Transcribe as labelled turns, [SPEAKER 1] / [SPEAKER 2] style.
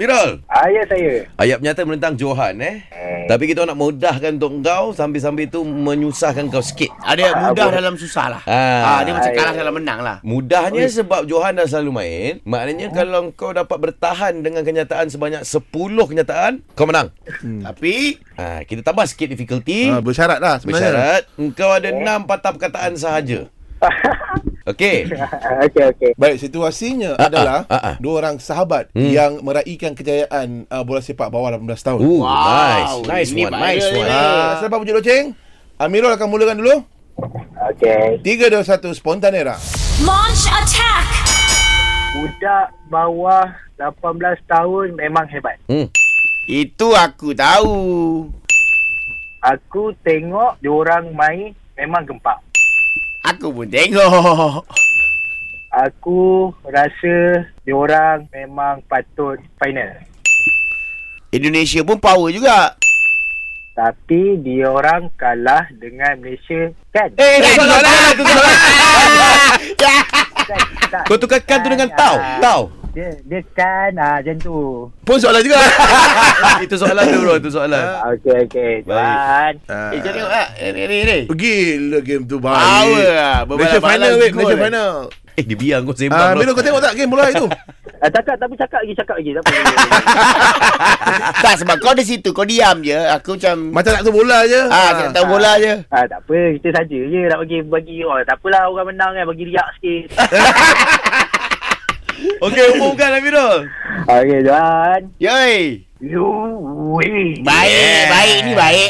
[SPEAKER 1] Miral.
[SPEAKER 2] Ah, ya saya.
[SPEAKER 1] Ayat nyata menentang Johan eh.
[SPEAKER 2] Hmm.
[SPEAKER 1] Tapi kita nak mudahkan untuk kau sambil-sambil tu menyusahkan kau sikit.
[SPEAKER 3] Ada
[SPEAKER 2] Ah,
[SPEAKER 3] mudah
[SPEAKER 2] boleh.
[SPEAKER 3] dalam susah lah.
[SPEAKER 1] Ah.
[SPEAKER 3] Ah, dia macam
[SPEAKER 2] Ah,
[SPEAKER 3] kalah
[SPEAKER 2] ya.
[SPEAKER 3] dalam menang lah.
[SPEAKER 1] Mudahnya sebab Johan dah selalu main,
[SPEAKER 3] Hmm.
[SPEAKER 1] maknanya kalau kau dapat bertahan dengan kenyataan sebanyak 10 kenyataan, kau menang.
[SPEAKER 3] Hmm. Tapi
[SPEAKER 1] Ha, kita tambah sikit difficulty.
[SPEAKER 4] Ah, bersyarat lah sebenarnya.
[SPEAKER 1] Bersyarat engkau ada 6 patah perkataan sahaja. Okey.
[SPEAKER 2] okey, okey.
[SPEAKER 4] Baik, situasinya
[SPEAKER 1] Ah,
[SPEAKER 4] adalah
[SPEAKER 1] ah, ah, ah.
[SPEAKER 4] dua orang sahabat yang meraikan kejayaan uh, bola sepak bawah 18 tahun.
[SPEAKER 1] Ooh,
[SPEAKER 3] Wow,
[SPEAKER 1] nice. Nice
[SPEAKER 3] ini
[SPEAKER 1] one. Nice one.
[SPEAKER 3] viral ni.
[SPEAKER 4] Ah, siapa pujuk loceng? Amirul akan mulakan dulu.
[SPEAKER 2] Okey.
[SPEAKER 4] 3 2 1 spontan era.
[SPEAKER 5] Launch attack!
[SPEAKER 2] Budak bawah 18 tahun memang hebat.
[SPEAKER 1] Hmm.
[SPEAKER 3] itu aku tahu.
[SPEAKER 2] Aku tengok diorang main memang gempak.
[SPEAKER 3] Aku pun tengok.
[SPEAKER 2] Aku rasa diorang memang patut final.
[SPEAKER 3] Indonesia pun power juga.
[SPEAKER 2] Tapi diorang kalah dengan Malaysia kan?
[SPEAKER 1] Eh, tu salah. Tu salah.
[SPEAKER 2] kan? Tak.
[SPEAKER 1] Kau tukarkan tu dengan tau. Tau.
[SPEAKER 2] Dia, dia kan ah, macam tu.
[SPEAKER 4] Pun soalan juga.
[SPEAKER 1] Itu soalan tu bro, itu
[SPEAKER 4] Ah.
[SPEAKER 1] soalan.
[SPEAKER 2] Okey, okey. Tuan.
[SPEAKER 3] Eh, kau tengok lah. Eh, ni, ni, ni.
[SPEAKER 4] Gila game tu baik.
[SPEAKER 3] Power lah.
[SPEAKER 4] Malaysia
[SPEAKER 3] Berbalak-balak
[SPEAKER 4] final weh,
[SPEAKER 3] gol,
[SPEAKER 4] Malaysia
[SPEAKER 3] eh.
[SPEAKER 4] final.
[SPEAKER 1] Eh, dia biar kau sembang.
[SPEAKER 4] Ah,
[SPEAKER 1] bro.
[SPEAKER 4] Amirul kau tengok tak game bola itu?
[SPEAKER 2] Ah, cakap tapi cakap lagi, cakap lagi. Tak apa.
[SPEAKER 3] tak sebab kau di situ kau diam je. Aku macam
[SPEAKER 4] Macam lah. nak tu bola je.
[SPEAKER 3] ah, aku nak tahu bola je.
[SPEAKER 2] ah, tak apa, kita saja je nak bagi bagi oh, tak apalah orang menang kan bagi riak sikit.
[SPEAKER 1] Okey, umumkan Amirul.
[SPEAKER 2] okey, tuan.
[SPEAKER 3] Yoi.
[SPEAKER 2] You win.
[SPEAKER 3] Baik, baik ni baik.